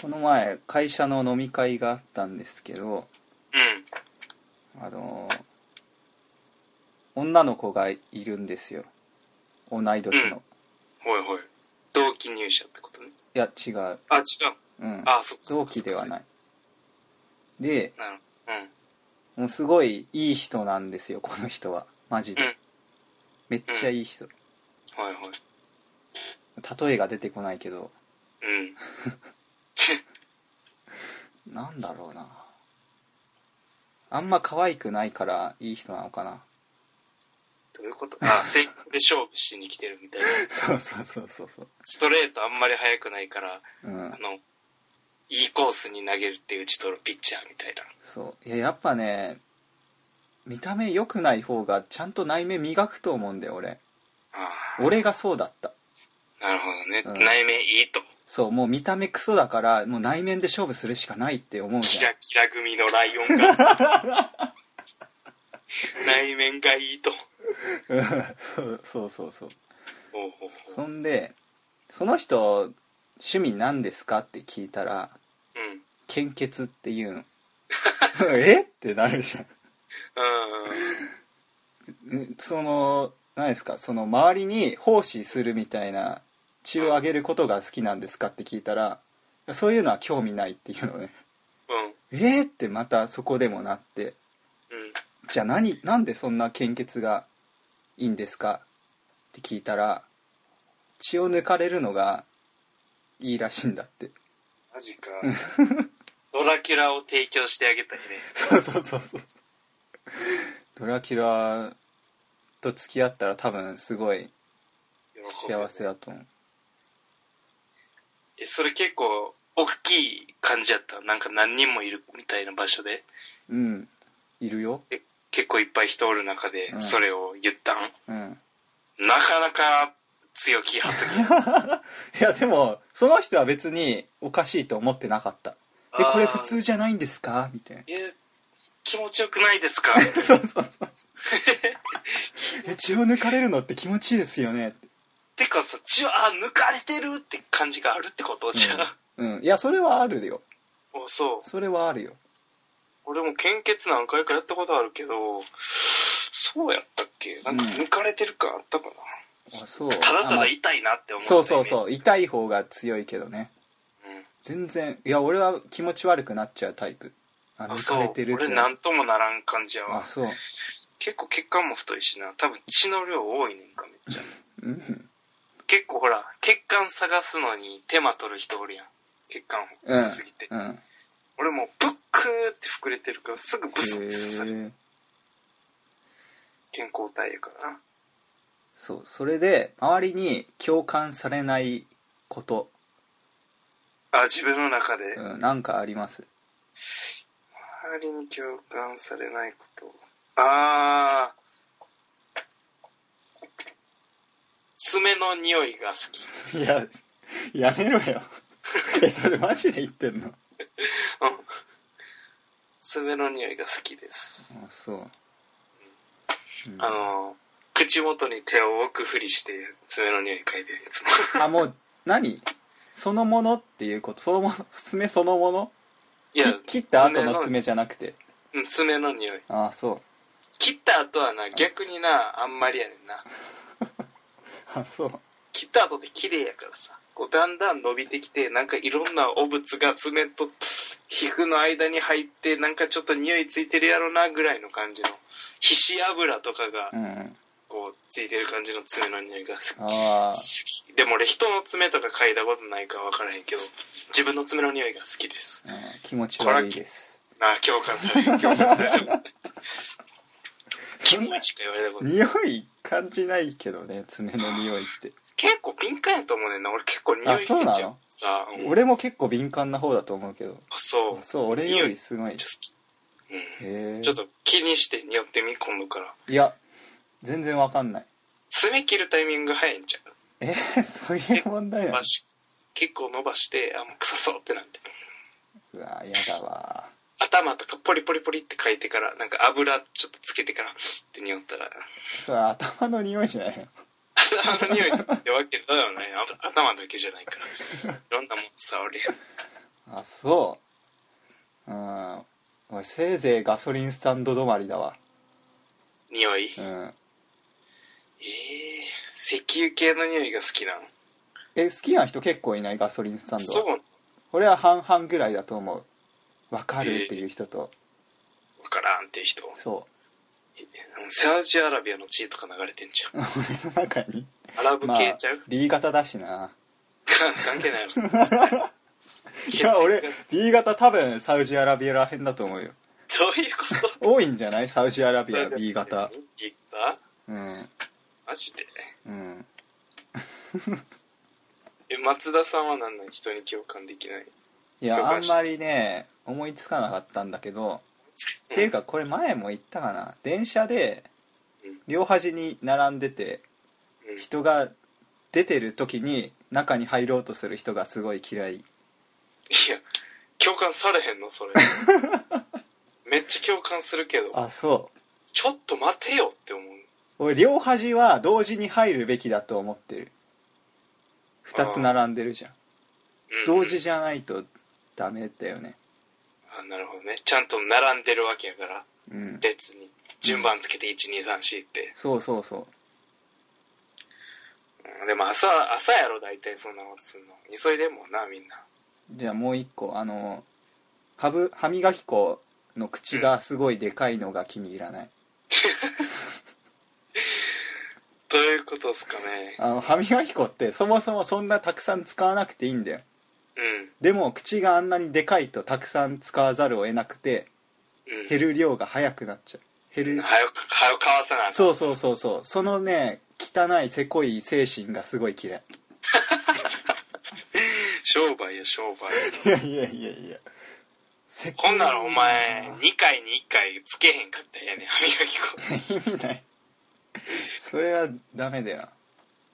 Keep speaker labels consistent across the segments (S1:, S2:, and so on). S1: この前会社の飲み会があったんですけど
S2: うん。
S1: あの女の子がいるんですよ同い年の、
S2: うんほいほい。同期入社ってことね。
S1: いや違う、
S2: あ、違う。
S1: うん、
S2: あ、そっかそ
S1: 同
S2: っか
S1: 期
S2: そっか。。
S1: ではないいで
S2: なる
S1: もうすごいいい人なんですよこの人はマジで、
S2: うん
S1: めっちゃいい人
S2: ほど。うん。はいはい。
S1: 例えが出てこないけど
S2: うん。
S1: なんだろうなあんま可愛くないからいい人なの かな
S2: どういうことあ、性格で勝負しに来てるみたいな。
S1: そうそうそうそうそう
S2: ストレートあんまり速くないから、
S1: うん
S2: あの、いいコースに投げるって打ち取るピッチャーみたいな。
S1: そういややっぱね見た目良くない方がちゃんと内面磨くと思うんだよ俺
S2: ああ。
S1: 俺がそうだった
S2: なるほどね。
S1: うん
S2: 内面いいと。
S1: そうもう見た目クソだからもう内面で勝負するしかないって思う
S2: キ
S1: じゃん
S2: ラキラ組のライオンが。 内面がいいと。
S1: うんそう そうそうそう
S2: ほうほうほう。
S1: そんでその人趣味何ですかって聞いたら
S2: うん。
S1: 献血っていうのえってなるじゃん
S2: うん。
S1: んその何ですかその周りに奉仕するみたいな血をあげることが好きなんですかって聞いたらそういうのは興味ないっていうのね
S2: うん。
S1: えーってまたそこでもなって
S2: うん。
S1: じゃあ何なんでそんな献血がいいんですかって聞いたら血を抜かれるのがいいらしいんだって
S2: マジか。ドラキュラを提供してあげたいね。
S1: そうそうそうそうドラキュラと付き合ったら多分すごい
S2: 喜ぶ
S1: 幸せだと思う
S2: え、それ結構、大きい感じやった。なんか何人もいるみたいな場所で、
S1: うんいるよ
S2: 結構いっぱい人おる中で
S1: う、ん
S2: それを言ったん、
S1: うん
S2: なかなか強気発 言。
S1: いやでもその人は別におかしいと思ってなかったえこれ普通じゃないんですかみたいな
S2: え、気持ちよくないですか
S1: そうそうそうそうえ血を抜かれるのって気持ちいいですよねって
S2: てかさ、血は、あ、抜かれてるって感じがあるってことじゃあ。
S1: うんいやそれはあるよ
S2: おそう。
S1: それはあるよ
S2: 俺も献血何回かやったことあるけど、そうやったっけなんか
S1: うん
S2: 抜かれてる感あったかな、
S1: あそう
S2: ただ
S1: あ
S2: た
S1: ま
S2: だ
S1: あ
S2: 痛いなって思った、
S1: そうそう
S2: う。
S1: そう痛い方が強いけどね
S2: うん、
S1: 全然いや俺は気持ち悪くなっちゃうタイプあ
S2: あ、
S1: 抜
S2: そ
S1: か
S2: う
S1: れ。てるって
S2: 俺なんともならん感じや
S1: あ
S2: わ。
S1: そう
S2: 結構血管も太いしな。多分血の量多いねんか、めっちゃ。
S1: うん
S2: 結構ほら、血管探すのに手間取る人おるやん。血管
S1: うん
S2: 薄すぎて。
S1: うん
S2: 俺もうブックーって膨れてるからすぐブスって刺さる
S1: へえ
S2: 健康体やからな
S1: そうそれで周りに共感されないこと、
S2: あ自分の中で
S1: うん、なんかあります
S2: 周りに共感されないことああ爪の匂いが好き
S1: いややめろよえそれマジで言ってんのあ
S2: うん爪の匂いが好きです、
S1: そう、うん
S2: あの口元に手を置くふりして爪の匂い嗅いでるやつも
S1: あもう何そのものっていうことそのもの爪そのもの
S2: いや
S1: き切った後の爪じゃなくて
S2: うん爪の匂い
S1: あそう
S2: 切った後はな逆になあんまりやねんな
S1: あそう
S2: 切った後って綺麗やからさこうだんだん伸びてきてなんかいろんな汚物が爪と皮膚の間に入ってなんかちょっと匂いついてるやろなぐらいの感じの皮脂油とかが
S1: うんうん
S2: こうついてる感じの爪の匂いが好き
S1: ああ
S2: 好きでも俺人の爪とか嗅いだことないから分からへんけど自分の爪の匂いが好きです
S1: 気持ち悪いです
S2: なあ共感 される共感されるキモいしか言われたことない
S1: 匂い感じないけどね爪の匂いって
S2: 結構敏感やと思うねんな俺結構匂
S1: あ
S2: い
S1: そうなの
S2: ついちゃうさあ
S1: 俺も結構敏感な方だと思うけど
S2: あそう
S1: そう俺よりすごい
S2: めっちゃ好き、うん
S1: へえ
S2: ちょっと気にして匂ってみ今度から
S1: いや全然わかんない
S2: 爪切るタイミング早いんちゃう
S1: えそういう問題なの
S2: ばし結構伸ばしてあもう臭そうってなって
S1: うわやだわ
S2: 頭とかポリポリポリって書いてからなんか油ちょっとつけてからって匂ったら
S1: それ頭の匂いじゃないの
S2: 頭の匂いってわけだよねあ頭だけじゃないからいろんなもん触るやん
S1: あそううん俺せいぜいガソリンスタンド止まりだわ
S2: 匂い、
S1: うん
S2: ええ石油系の匂いが好きなの
S1: え好きな人結構いないガソリンスタン
S2: そう
S1: ド
S2: わ
S1: 俺は半々ぐらいだと思うわかるっていう人と、
S2: からんっていう人
S1: そ
S2: サウジアラビアの地位とか流れてんじゃ
S1: う俺の中に
S2: んアラブ
S1: まあ
S2: 系ちゃう、
S1: B 型だしな
S2: か関係ないやろそれ
S1: い
S2: 血液
S1: や
S2: が
S1: 俺
S2: ど
S1: B 型多分サウジアラビアらへんだと思うよ
S2: ういうこと
S1: 多いんじゃないサウジアラビア B 型
S2: B 型
S1: うん
S2: マジで
S1: うん
S2: え松田さんは何なの人に共感できない
S1: いやあんまりね思いつかなかったんだけどっていう
S2: か、
S1: かこれ前も言ったかな電車で
S2: うん
S1: 両端に並んでて
S2: うん
S1: 人が出てる時に中に入ろうとする人がすごい嫌い
S2: いや共感されへんの それめっちゃ共感するけど
S1: あそ
S2: ちょっと待てよって思う
S1: う俺両端は同時に入るべきだと思ってる2つ並んでるじゃん
S2: うん
S1: 同時じゃないとダメだよね
S2: あなるほどねちゃんと並んでるわけやから
S1: うん
S2: 列に順番つけて1234って、
S1: そうそうそう
S2: うんでも朝朝やろ大体そんなことすんの急いでんもんなみんな
S1: じゃあもう一個あの歯ぶ歯磨き粉の口がすごいでかいのが気に入らない、
S2: どういうことですかね
S1: あの歯磨き粉ってそもそもそんなたくさん使わなくていいんだよ
S2: うん
S1: でも口があんなにでかいとたくさん使わざるを得なくて
S2: うん
S1: 減る量が早くなっちゃう減る
S2: 早く早くかわさなあかん
S1: そうそうそうそうそのね汚いせこい精神がすごい嫌い
S2: 商売や商売
S1: いやいやいやいやせこい
S2: こんなのお前2回に1回つけへんかったらええねん歯磨 き粉
S1: 意味ないそれはダメだよ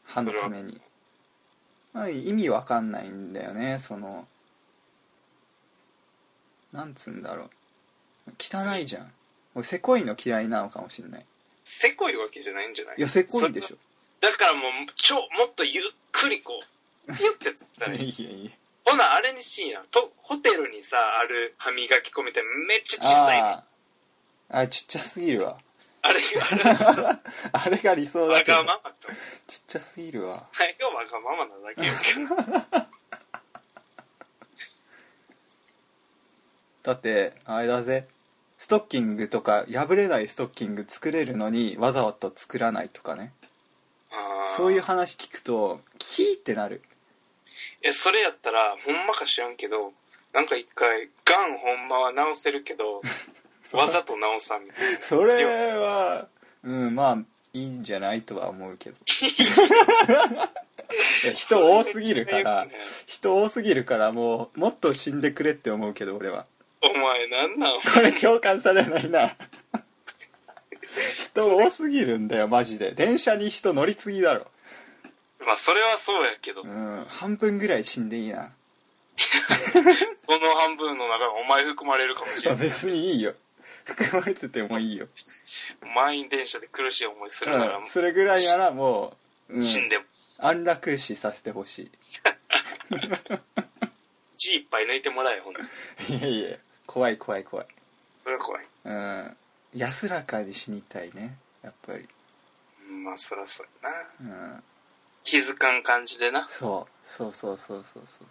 S1: 歯のために、まあ、意味わかんないんだよねそのなんつうんだろう汚いじゃん俺せこいの嫌いなのかもしんない
S2: せこいわけじゃないんじゃない
S1: いやせこいでし
S2: そ
S1: ょ
S2: だからもうちょもっとゆっくりこうピュッてつったらいい
S1: いやいや
S2: ほなあれにしんやとホテルにさある歯磨き粉みたいなめっちゃ小さいあ
S1: あーあちっちゃすぎるわ
S2: れあれはちょっとわ
S1: あれが理想だけど
S2: がままと
S1: ちっちゃすぎるわ
S2: あれがわがままなだけやけ ど
S1: だってあれだぜストッキングとか破れないストッキング作れるのにわざわざ作らないとかね
S2: あー
S1: そういう話聞くとキーってなる
S2: えそれやったらほんまか知らんけどなんか一回がんほんまは治せるけ どわざと治さんみたいな
S1: それはうんまあいいんじゃないとは思うけどいや人多すぎるから
S2: それめっち
S1: 人多すぎるからもうもっと死んでくれって思うけど俺は
S2: ゃよくないお前なんなの
S1: これ共感されないな人多すぎるんだよマジで電車に人乗り継ぎだろ
S2: まあそれはそうやけど、
S1: うん半分ぐらい死んでいいな
S2: その半分の中にお前含まれるかもし
S1: まあ
S2: れない
S1: 別にいいよ含まれててもいいよ、
S2: 満員電車で苦しい思いするなら
S1: うん、それぐらいならもう、うん、
S2: 死んでも
S1: 安楽死させてほし
S2: 血いっぱい抜いてもらえよほんとに
S1: いいえいえ怖い怖い怖い
S2: それは怖い
S1: うん安らかに死にたいねやっぱり
S2: うんまあそらそうや
S1: う
S2: な
S1: ん
S2: 気づかん感じでな
S1: そうそうそうそうそうそうそう